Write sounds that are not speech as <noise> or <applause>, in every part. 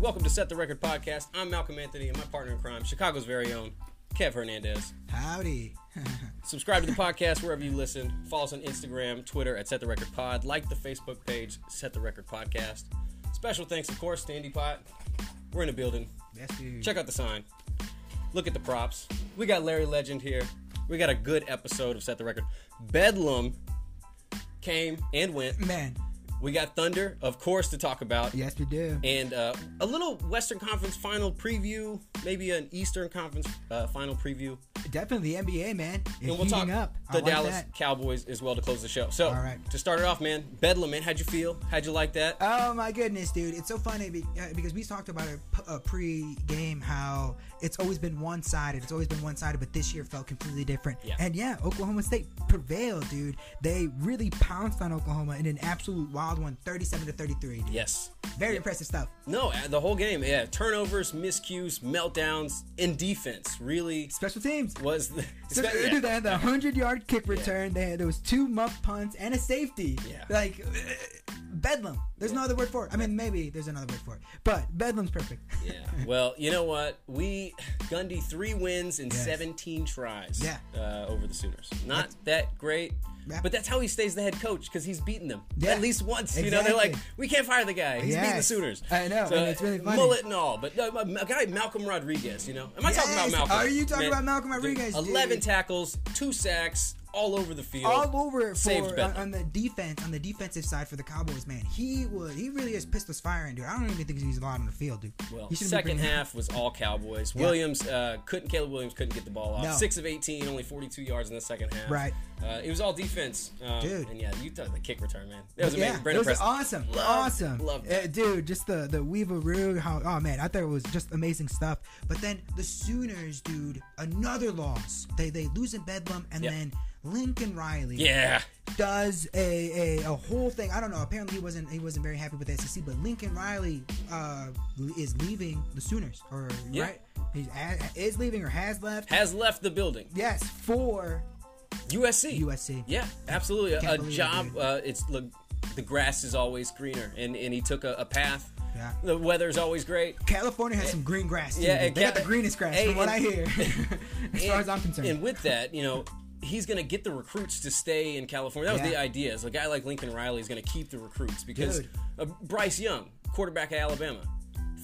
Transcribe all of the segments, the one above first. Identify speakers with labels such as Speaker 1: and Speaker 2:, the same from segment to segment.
Speaker 1: Welcome to Set the Record Podcast. I'm Malcolm Anthony and my partner in crime, Chicago's very own, Kev Hernandez.
Speaker 2: Howdy.
Speaker 1: Subscribe to the podcast wherever you listen. Follow us on Instagram, Twitter at Set the Record Pod. Like the Facebook page, Set the Record Podcast. Special thanks, of course, to Indy Pot. We're in a building.
Speaker 2: Yes, dude.
Speaker 1: Check out the sign. Look at the props. We got Larry Legend here. We got a good episode of Set the Record. Bedlam came and went.
Speaker 2: Man,
Speaker 1: We got Thunder, of course, to talk about.
Speaker 2: yes, we do.
Speaker 1: And uh, a little Western Conference final preview, maybe an Eastern Conference uh, final preview.
Speaker 2: Definitely the NBA, man. It's
Speaker 1: And we'll talk
Speaker 2: heating up. I
Speaker 1: the
Speaker 2: like
Speaker 1: Dallas
Speaker 2: that.
Speaker 1: Cowboys as well to close the show. So,
Speaker 2: All right.
Speaker 1: to start it off, man, Bedlam, man, how'd you feel? How'd you like that?
Speaker 2: Oh my goodness, dude! It's so funny be- uh, because we talked about it p- uh, pre-game how it's always been one-sided. It's always been one-sided, but this year felt completely different.
Speaker 1: Yeah.
Speaker 2: And yeah, Oklahoma State prevailed, dude. They really pounced on Oklahoma in an absolute wild one, thirty-seven to thirty-three. Dude.
Speaker 1: yes.
Speaker 2: Very impressive stuff.
Speaker 1: No, uh, the whole game, yeah. Turnovers, miscues, meltdowns, and defense really
Speaker 2: Special teams.
Speaker 1: was the.
Speaker 2: So
Speaker 1: yeah.
Speaker 2: dude, they had the hundred yard kick return. They had, there was two muff punts and a safety.
Speaker 1: Yeah.
Speaker 2: Like uh, bedlam. There's no other word for it. I mean, maybe there's another word for it, but bedlam's perfect.
Speaker 1: Yeah. Well, you know what? We Gundy three wins in
Speaker 2: Yes.
Speaker 1: 17 tries.
Speaker 2: Yeah.
Speaker 1: Uh, over the Sooners. Not that great,
Speaker 2: Yeah.
Speaker 1: but that's how he stays the head coach because he's beaten them
Speaker 2: Yeah.
Speaker 1: at least once. You know, they're like,
Speaker 2: Exactly.
Speaker 1: we can't fire the guy. He's beating the
Speaker 2: Yes.
Speaker 1: Sooners.
Speaker 2: I know, and it's really funny.
Speaker 1: Mullet and all, but uh, a guy Malcolm Rodriguez. You know, am I talking about
Speaker 2: Yes.
Speaker 1: Malcolm?
Speaker 2: Are you talking about Malcolm Rodriguez, dude?
Speaker 1: 11 tackles, two sacks, all over the field.
Speaker 2: <laughs> All over it
Speaker 1: Saved
Speaker 2: for on,
Speaker 1: Bedlam.
Speaker 2: on the defense, on the defensive side for the Cowboys, man. He was he really is pistols firing, dude. I don't even think he's allowed on the field, dude.
Speaker 1: Well,
Speaker 2: He shouldn't be
Speaker 1: second
Speaker 2: bringing-
Speaker 1: half was all Cowboys. Williams uh, couldn't. Caleb Williams couldn't get the ball off.
Speaker 2: No.
Speaker 1: Six of eighteen, only forty-two yards in the second half.
Speaker 2: Right.
Speaker 1: Uh, it was all defense. Um,
Speaker 2: Dude.
Speaker 1: And yeah, you thought the kick return, man. That was
Speaker 2: Yeah,
Speaker 1: amazing. Brendan
Speaker 2: it was
Speaker 1: Preston.
Speaker 2: awesome,
Speaker 1: Loved-
Speaker 2: awesome,
Speaker 1: Loved
Speaker 2: Uh,
Speaker 1: it.
Speaker 2: dude. Just the the weaveroo. How oh man, I thought it was just amazing stuff. But then the Sooners, dude, another loss. They they lose in Bedlam, and
Speaker 1: Yep.
Speaker 2: then Lincoln Riley
Speaker 1: Yeah.
Speaker 2: does a, a a whole thing. I don't know. Apparently, he wasn't he wasn't very happy with the SEC. But Lincoln Riley uh, is leaving the Sooners, or
Speaker 1: Yeah.
Speaker 2: right? He's a, is leaving or has left.
Speaker 1: Has left the building.
Speaker 2: Yes, for
Speaker 1: USC.
Speaker 2: USC.
Speaker 1: Yeah, absolutely. A,
Speaker 2: Can't
Speaker 1: a
Speaker 2: believe it,
Speaker 1: job.
Speaker 2: dude.
Speaker 1: Uh, it's look, the grass is always greener, and and he took a, a path.
Speaker 2: Yeah.
Speaker 1: The weather's always great.
Speaker 2: California has some green grass. Too.
Speaker 1: Yeah,
Speaker 2: Yeah,
Speaker 1: and
Speaker 2: they got
Speaker 1: Ca-
Speaker 2: the greenest grass
Speaker 1: Hey,
Speaker 2: from what I
Speaker 1: and- <laughs>
Speaker 2: hear. <laughs> as far as I'm concerned.
Speaker 1: And with that, you know, he's going to get the recruits to stay in California. That was
Speaker 2: Yeah.
Speaker 1: the idea. Is a guy like Lincoln Riley is going to keep the recruits because
Speaker 2: Dude.
Speaker 1: uh, Bryce Young, quarterback at Alabama,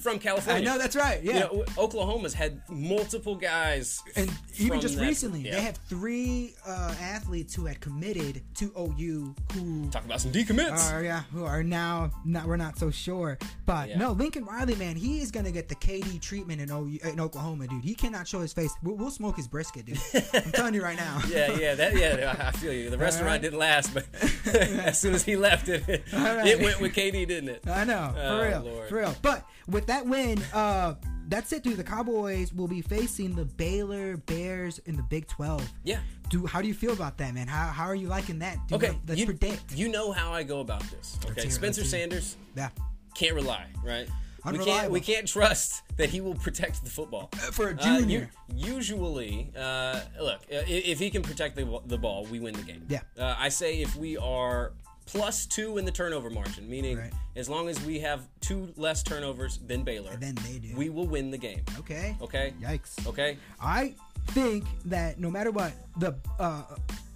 Speaker 1: from California.
Speaker 2: I know that's right. Yeah.
Speaker 1: You know, Oklahoma's had multiple guys,
Speaker 2: and even
Speaker 1: from
Speaker 2: just
Speaker 1: that-
Speaker 2: recently,
Speaker 1: yeah.
Speaker 2: they have three uh, athletes who had committed to OU who
Speaker 1: talk about some decommits.
Speaker 2: are yeah, who are now not we're not so sure. But
Speaker 1: Yeah.
Speaker 2: no, Lincoln Riley, man, he is gonna get the KD treatment in OU in Oklahoma, dude. He cannot show his face. We'll, we'll smoke his brisket, dude. I'm telling you right now.
Speaker 1: <laughs> yeah, yeah, that, yeah. I I feel you. The restaurant
Speaker 2: right.
Speaker 1: didn't last,
Speaker 2: <laughs>
Speaker 1: but <laughs> as soon as he left, it
Speaker 2: right.
Speaker 1: it went with KD, didn't it?
Speaker 2: I know, for
Speaker 1: Oh,
Speaker 2: real,
Speaker 1: Lord.
Speaker 2: for real. But with that win, uh, that's it, dude. The Cowboys will be facing the Baylor Bears in the Big Twelve.
Speaker 1: Yeah.
Speaker 2: Do how do you feel about that, man? How how are you liking that? Do you
Speaker 1: Okay.
Speaker 2: know- let's
Speaker 1: you,
Speaker 2: predict.
Speaker 1: You know how I go about this. Okay.
Speaker 2: hear it,
Speaker 1: Spencer
Speaker 2: let's hear
Speaker 1: Sanders,
Speaker 2: yeah.
Speaker 1: can't rely, right? We can't,
Speaker 2: Unreliable.
Speaker 1: we can't trust that he will protect the football.
Speaker 2: for a
Speaker 1: Uh, u-
Speaker 2: junior.
Speaker 1: usually, uh, look, uh, i- if he can protect the, wa- the ball, we win the game.
Speaker 2: Yeah.
Speaker 1: Uh, I say if we are plus two in the turnover margin, meaning
Speaker 2: Right.
Speaker 1: as long as we have two less turnovers than Baylor,
Speaker 2: Than they do.
Speaker 1: we will win the game.
Speaker 2: okay.
Speaker 1: Okay?
Speaker 2: Yikes.
Speaker 1: Okay?
Speaker 2: I think that no matter what, the uh,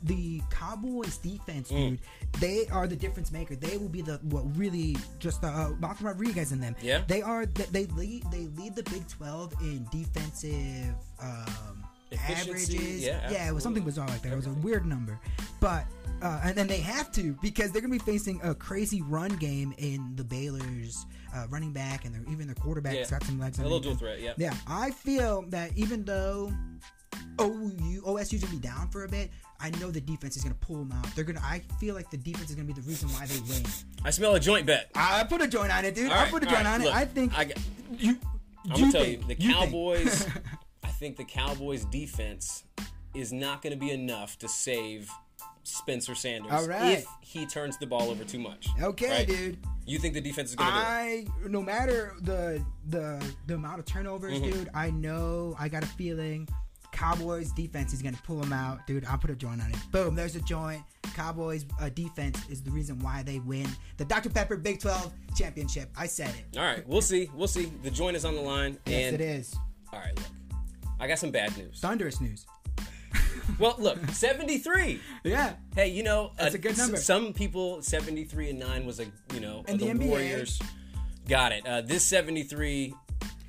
Speaker 2: the Cowboys defense,
Speaker 1: Mm.
Speaker 2: dude, they are the difference maker. They will be the what really just uh, Malcolm Rodriguez in them.
Speaker 1: Yeah.
Speaker 2: they are. They, they lead. They lead the Big Twelve in defensive um,
Speaker 1: Efficiency,
Speaker 2: averages.
Speaker 1: yeah,
Speaker 2: it
Speaker 1: absolutely.
Speaker 2: was something bizarre like that. It was a weird number, but. Uh, and then they have to because they're going to be facing a crazy run game in the Baylor's uh, running back and their, even their quarterback's
Speaker 1: Yeah.
Speaker 2: got some legs.
Speaker 1: A little
Speaker 2: underneath
Speaker 1: dual
Speaker 2: him.
Speaker 1: threat, yeah.
Speaker 2: Yeah, I feel that even though OU OSU's gonna be down for a bit, I know the defense is gonna pull them out. They're gonna. I feel like the defense is gonna be the reason why they win.
Speaker 1: I smell a joint bet.
Speaker 2: I I put a joint on it, dude.
Speaker 1: All
Speaker 2: I
Speaker 1: right,
Speaker 2: put a
Speaker 1: all
Speaker 2: joint
Speaker 1: right,
Speaker 2: on it.
Speaker 1: look,
Speaker 2: I think
Speaker 1: I, g-
Speaker 2: you.
Speaker 1: I'm
Speaker 2: you
Speaker 1: gonna tell you,
Speaker 2: think-
Speaker 1: the
Speaker 2: think. <laughs>
Speaker 1: Cowboys. I think the Cowboys defense is not going to be enough to save Spencer Sanders
Speaker 2: All right.
Speaker 1: if he turns the ball over too much.
Speaker 2: Okay,
Speaker 1: right?
Speaker 2: dude.
Speaker 1: You think the defense is going to do it?
Speaker 2: I no
Speaker 1: Mm-hmm.
Speaker 2: matter the the the amount of turnovers, dude. I know I got a feeling Cowboys defense is gonna pull them out, dude. I'll put a joint on it. Boom, there's a joint. Cowboys uh, defense is the reason why they win the Dr Pepper Big 12 championship. I said it.
Speaker 1: All right, we'll see. We'll see. The joint is on the line.
Speaker 2: Yes,
Speaker 1: and
Speaker 2: it is.
Speaker 1: All right, look. I got some bad news.
Speaker 2: Thunderous news. <laughs>
Speaker 1: Well, look, 73.
Speaker 2: Yeah.
Speaker 1: Hey, you know,
Speaker 2: That's a good
Speaker 1: s-
Speaker 2: number.
Speaker 1: Some people, 73 and 9 was a, you know,
Speaker 2: And
Speaker 1: the,
Speaker 2: the NBA.
Speaker 1: Warriors. Got it. Uh, this 73,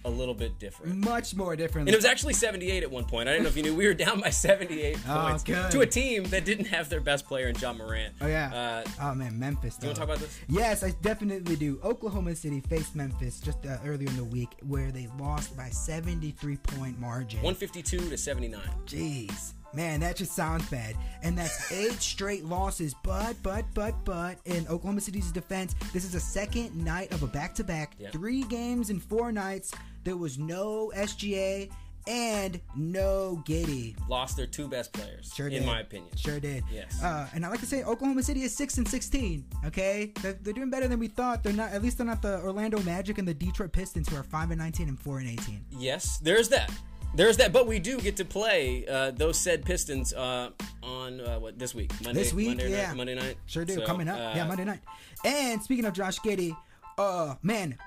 Speaker 1: a little bit different.
Speaker 2: Much more different.
Speaker 1: And it was actually 78 at one point. I didn't know if you knew. We were down by 78
Speaker 2: Oh,
Speaker 1: points
Speaker 2: good.
Speaker 1: to a team that didn't have their best player in John Morant.
Speaker 2: Oh yeah.
Speaker 1: Uh,
Speaker 2: oh man, Memphis.
Speaker 1: you want to talk about this?
Speaker 2: Yes, I definitely do. Oklahoma City faced Memphis just uh, earlier in the week, where they lost by 73 point margin.
Speaker 1: 152 to 79.
Speaker 2: Jeez, man, that just sounds bad.
Speaker 1: <laughs>
Speaker 2: And that's eight straight losses. But, but, but, but, in Oklahoma City's defense, this is the second night of a back to back.
Speaker 1: Yeah.
Speaker 2: Three games in four nights. There was no SGA and no Giddy.
Speaker 1: Lost their two best players,
Speaker 2: Sure
Speaker 1: in
Speaker 2: did.
Speaker 1: my opinion.
Speaker 2: Sure did.
Speaker 1: Yes.
Speaker 2: Uh, and I like to say Oklahoma City is six and sixteen. Okay, they're, they're doing better than we thought. They're not. At least they're not the Orlando Magic and the Detroit Pistons, who are five and nineteen and four and eighteen.
Speaker 1: Yes, there's that. There's that, but we do get to play uh, those said Pistons uh, on uh, what this week, Monday,
Speaker 2: This week,
Speaker 1: Monday
Speaker 2: yeah.
Speaker 1: night, Monday night.
Speaker 2: Sure do.
Speaker 1: So,
Speaker 2: Coming up, yeah,
Speaker 1: uh,
Speaker 2: Monday night. And speaking of Josh Giddy, uh, man,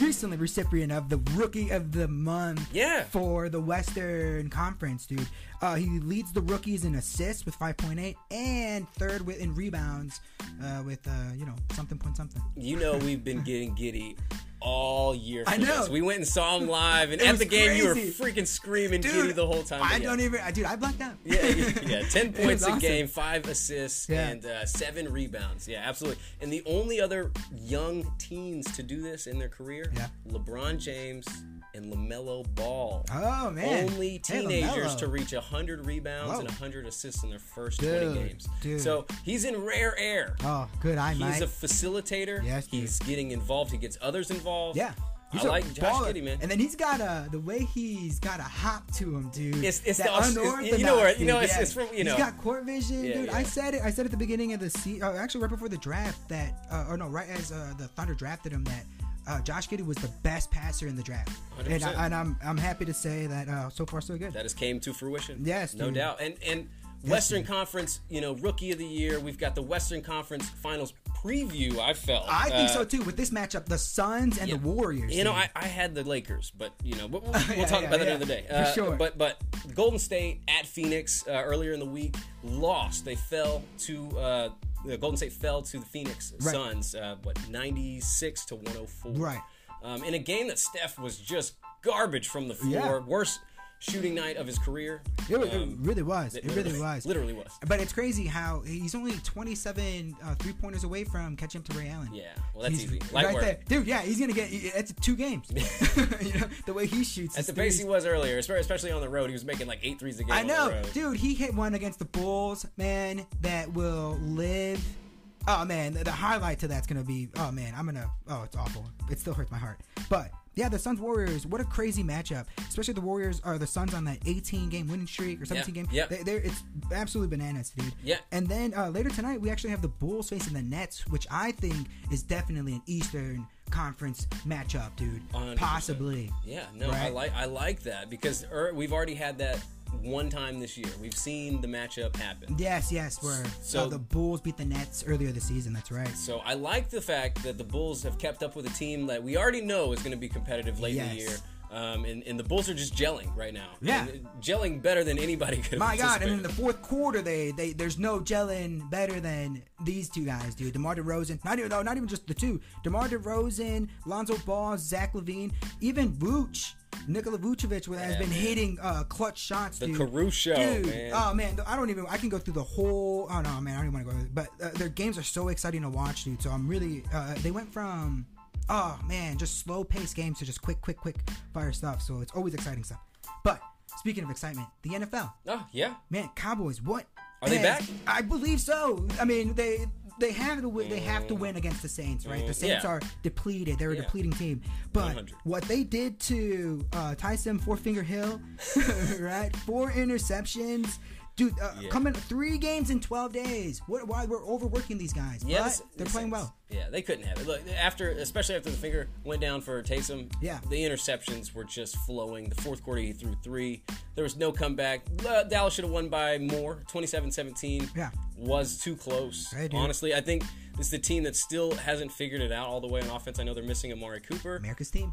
Speaker 2: recently recipient of the Rookie of the Month.
Speaker 1: Yeah.
Speaker 2: For the Western Conference, dude. Uh, he leads the rookies in assists with 5.8 and third with in rebounds uh, with uh, you know something point something.
Speaker 1: You know we've been getting giddy all year. For
Speaker 2: <laughs> I know.
Speaker 1: This. We went and saw him live, and
Speaker 2: It
Speaker 1: at
Speaker 2: was
Speaker 1: the game you were
Speaker 2: crazy.
Speaker 1: freaking screaming giddy the whole time.
Speaker 2: I
Speaker 1: but yeah.
Speaker 2: don't even, I, dude. I blacked out.
Speaker 1: Yeah, <laughs>
Speaker 2: <laughs>
Speaker 1: yeah, ten
Speaker 2: It
Speaker 1: points
Speaker 2: was
Speaker 1: a
Speaker 2: awesome.
Speaker 1: game, five assists,
Speaker 2: Yeah.
Speaker 1: and uh, seven rebounds. Yeah, absolutely. And the only other young teens to do this in their career,
Speaker 2: Yeah.
Speaker 1: LeBron James and Lamelo Ball.
Speaker 2: Oh man,
Speaker 1: Only
Speaker 2: Hey,
Speaker 1: teenagers
Speaker 2: LaMelo.
Speaker 1: to reach 100 rebounds
Speaker 2: Whoa.
Speaker 1: and 100 assists in their first
Speaker 2: Dude,
Speaker 1: 20 games.
Speaker 2: dude.
Speaker 1: So he's in rare air.
Speaker 2: Oh, good. I
Speaker 1: He's
Speaker 2: might.
Speaker 1: a facilitator.
Speaker 2: Yes, dude.
Speaker 1: he's getting involved. He gets others involved.
Speaker 2: yeah.
Speaker 1: I
Speaker 2: He's a
Speaker 1: like Josh
Speaker 2: baller.
Speaker 1: Giddey, man.
Speaker 2: And then he's got a the way he's got a hop to him, dude.
Speaker 1: It's- it's
Speaker 2: That
Speaker 1: the Aus- it's-
Speaker 2: unorthodox,
Speaker 1: you know where- you know,
Speaker 2: dude,
Speaker 1: it's- it's from- you know.
Speaker 2: He's got court vision,
Speaker 1: Yeah,
Speaker 2: dude.
Speaker 1: yeah.
Speaker 2: I said it. I said at the beginning of the season, uh, actually right before the draft, that uh, or no, right as uh, the Thunder drafted him, that uh, Josh Giddey was the best passer in the draft. And,
Speaker 1: 100%.
Speaker 2: I, and I'm I'm happy to say that uh, so far so good.
Speaker 1: that has came to fruition.
Speaker 2: Yes,
Speaker 1: no
Speaker 2: dude.
Speaker 1: doubt. And and Western Conference, you know, Rookie of the Year. We've got the Western Conference Finals preview. I felt.
Speaker 2: I think
Speaker 1: Uh,
Speaker 2: so too. With this matchup, the Suns and the Warriors.
Speaker 1: You know,
Speaker 2: dude.
Speaker 1: I, I had the Lakers, but you know,
Speaker 2: <laughs>
Speaker 1: we'll, we'll
Speaker 2: Yeah,
Speaker 1: talk
Speaker 2: yeah,
Speaker 1: about that
Speaker 2: yeah.
Speaker 1: another day.
Speaker 2: For
Speaker 1: Uh,
Speaker 2: sure.
Speaker 1: But but Golden State at Phoenix uh, earlier in the week lost. They fell to. Uh, the Golden State fell to the Phoenix
Speaker 2: Right.
Speaker 1: Suns, uh, what ninety six to one hundred four.
Speaker 2: Right.
Speaker 1: Um, in a game that Steph was just garbage from the floor,
Speaker 2: Yeah.
Speaker 1: worst shooting night of his career.
Speaker 2: It, it
Speaker 1: Um,
Speaker 2: really was. It, really
Speaker 1: literally-
Speaker 2: was.
Speaker 1: literally was.
Speaker 2: But it's crazy how he's only 27 uh, three pointers away from catching up to Ray Allen.
Speaker 1: Yeah, well, that's
Speaker 2: He's
Speaker 1: easy. Light
Speaker 2: right
Speaker 1: work.
Speaker 2: there, dude. Yeah, he's gonna get. That's two games. <laughs> you know the way he shoots.
Speaker 1: At
Speaker 2: his
Speaker 1: the pace he
Speaker 2: threes.
Speaker 1: was earlier, espe- especially on the road, he was making like eight threes a game.
Speaker 2: I
Speaker 1: on the
Speaker 2: know,
Speaker 1: road.
Speaker 2: dude. He hit one against the Bulls, man. That will live. Oh man, the, the highlight to that's gonna be. Oh man, I'm gonna. Oh, it's awful. It still hurts my heart. But yeah, the Suns Warriors. What a crazy matchup. Especially the Warriors are the Suns on that 18 game winning streak or 17 game.
Speaker 1: yeah.
Speaker 2: They, they're, it's absolutely bananas, dude.
Speaker 1: Yeah.
Speaker 2: And then uh, later tonight, we actually have the Bulls facing the Nets, which I think is definitely an Eastern Conference matchup, dude.
Speaker 1: 100%.
Speaker 2: Possibly.
Speaker 1: Yeah, no, I
Speaker 2: Right.
Speaker 1: like I like that because er, we've already had that one time this year. We've seen the matchup happen.
Speaker 2: Yes, yes, where
Speaker 1: So-
Speaker 2: so the Bulls beat the Nets earlier this season. That's right.
Speaker 1: So I like the fact that the Bulls have kept up with a team that we already know is going to be competitive late in the
Speaker 2: Yes.
Speaker 1: year. Um, and, and the Bulls are just gelling right now.
Speaker 2: Yeah.
Speaker 1: And, uh, gelling better than anybody could. have
Speaker 2: My God! And in
Speaker 1: anticipated.
Speaker 2: the fourth quarter, they, they there's no gelling better than these two guys, dude. Demar Derozan, not even no, not even just the two. Demar Derozan, Lonzo Ball, Zach Levine, even Vooch, Nikola Vucevic, where has
Speaker 1: Yeah,
Speaker 2: been
Speaker 1: man.
Speaker 2: hitting uh, clutch shots, dude.
Speaker 1: Caruso,
Speaker 2: dude.
Speaker 1: man.
Speaker 2: Oh man, I don't even. I can go through the whole. Oh no, man, I don't even want to go. With it. But uh, their games are so exciting to watch, dude. So I'm really. Uh, they went from. Oh man, just slow paced games to just quick, quick, quick fire stuff. So it's always exciting stuff. But speaking of excitement, the NFL.
Speaker 1: oh yeah,
Speaker 2: Man, Cowboys, what?
Speaker 1: Are they
Speaker 2: Man,
Speaker 1: back?
Speaker 2: I believe so. I mean, they they have to win, they have to win against the Saints, right? The
Speaker 1: Mm,
Speaker 2: Saints
Speaker 1: yeah.
Speaker 2: are depleted. They're a
Speaker 1: Yeah.
Speaker 2: depleting team. But
Speaker 1: 100.
Speaker 2: what they did <laughs> to uh, Tyson Four Finger Hill, right? Four interceptions. Dude, uh,
Speaker 1: Yeah.
Speaker 2: coming three games in 12 days. What? Why we're overworking these guys?
Speaker 1: Yeah,
Speaker 2: but
Speaker 1: this-
Speaker 2: they're
Speaker 1: this
Speaker 2: playing
Speaker 1: is-
Speaker 2: well.
Speaker 1: Yeah, they couldn't have it. Look, after especially after the finger went down for Taysom.
Speaker 2: Yeah.
Speaker 1: the interceptions were just flowing. The fourth quarter, he threw three. There was no comeback. Uh, Dallas should have won by more. 27-17
Speaker 2: Yeah.
Speaker 1: was too close.
Speaker 2: Hey, dude.
Speaker 1: Honestly, I think this is the team that still hasn't figured it out all the way on offense. I know they're missing Amari Cooper.
Speaker 2: America's team.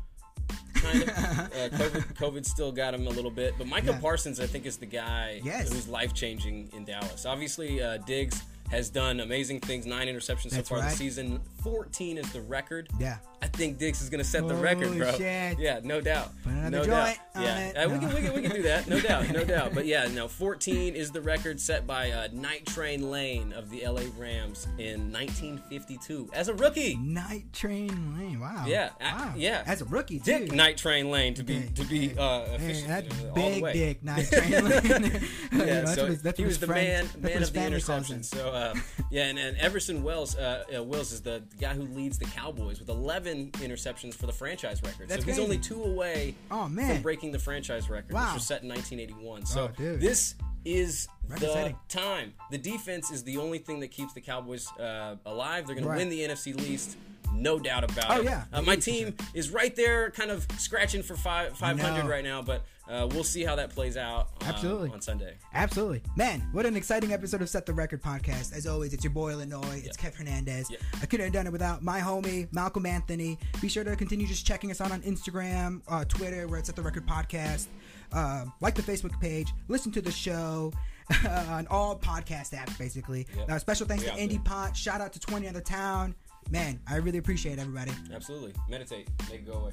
Speaker 1: kind
Speaker 2: <laughs>
Speaker 1: of. uh, COVID, COVID still got him a little bit, but Micah
Speaker 2: Yeah.
Speaker 1: Parsons, I think, is the guy
Speaker 2: Yes.
Speaker 1: who's life changing in Dallas. Obviously, uh, Diggs has done amazing things. Nine interceptions
Speaker 2: That's
Speaker 1: so far
Speaker 2: right.
Speaker 1: this season. Fourteen is the record.
Speaker 2: Yeah.
Speaker 1: I think Diggs is going to set the record,
Speaker 2: Holy
Speaker 1: bro.
Speaker 2: shit.
Speaker 1: Yeah, no doubt.
Speaker 2: Put another
Speaker 1: no
Speaker 2: joint
Speaker 1: doubt.
Speaker 2: on
Speaker 1: yeah,
Speaker 2: it.
Speaker 1: Uh, we
Speaker 2: No.
Speaker 1: can we can we can do that. No doubt,
Speaker 2: <laughs>
Speaker 1: no doubt. But yeah, no. Fourteen is the record set by uh, Night Train Lane of the L.A. Rams in 1952 as a rookie.
Speaker 2: Night Train Lane. Wow.
Speaker 1: Yeah, I-
Speaker 2: Wow.
Speaker 1: yeah.
Speaker 2: As a rookie, too.
Speaker 1: Dick Night Train Lane to be to be uh,
Speaker 2: Hey,
Speaker 1: efficient
Speaker 2: that
Speaker 1: uh, all the
Speaker 2: big
Speaker 1: way. <laughs>
Speaker 2: dick Night Train <laughs> Lane.
Speaker 1: Yeah, so he was
Speaker 2: his
Speaker 1: the
Speaker 2: friends-
Speaker 1: man,
Speaker 2: that's what
Speaker 1: man
Speaker 2: his
Speaker 1: of the
Speaker 2: family calls him.
Speaker 1: interceptions. So uh, <laughs> yeah, and, and Everson Wells, uh, uh, Wills is the guy who leads the Cowboys with 11 interceptions for the franchise record.
Speaker 2: That's
Speaker 1: so he's
Speaker 2: crazy.
Speaker 1: only two away
Speaker 2: Oh, man.
Speaker 1: from breaking the franchise record,
Speaker 2: Wow.
Speaker 1: which was set in 1981. So
Speaker 2: Oh, dude.
Speaker 1: this is
Speaker 2: Record's
Speaker 1: the
Speaker 2: setting.
Speaker 1: time. The defense is the only thing that keeps the Cowboys uh, alive. They're going
Speaker 2: Right.
Speaker 1: to win the NFC least. No doubt about
Speaker 2: Oh,
Speaker 1: it.
Speaker 2: yeah.
Speaker 1: Uh, my
Speaker 2: Yeah, for
Speaker 1: team is right there, kind of scratching for five, 500
Speaker 2: know.
Speaker 1: right now, but uh, we'll see how that plays out uh,
Speaker 2: Absolutely.
Speaker 1: on Sunday.
Speaker 2: Absolutely. Man, what an exciting episode of Set the Record podcast. As always, it's your boy Illinois. It's Kev Hernandez. I couldn't have done it without my homie, Malcolm Anthony. Be sure to continue just checking us out on Instagram, uh, Twitter, where it's Set the Record podcast. Um, like the Facebook page, listen to the show <laughs> on all podcast apps, basically.
Speaker 1: Yep.
Speaker 2: Now, special thanks
Speaker 1: We
Speaker 2: to
Speaker 1: out
Speaker 2: Andy
Speaker 1: there.
Speaker 2: Pot. Shout out to 20 Other Town. Man, I really appreciate everybody.
Speaker 1: Absolutely. Meditate. Make it go away.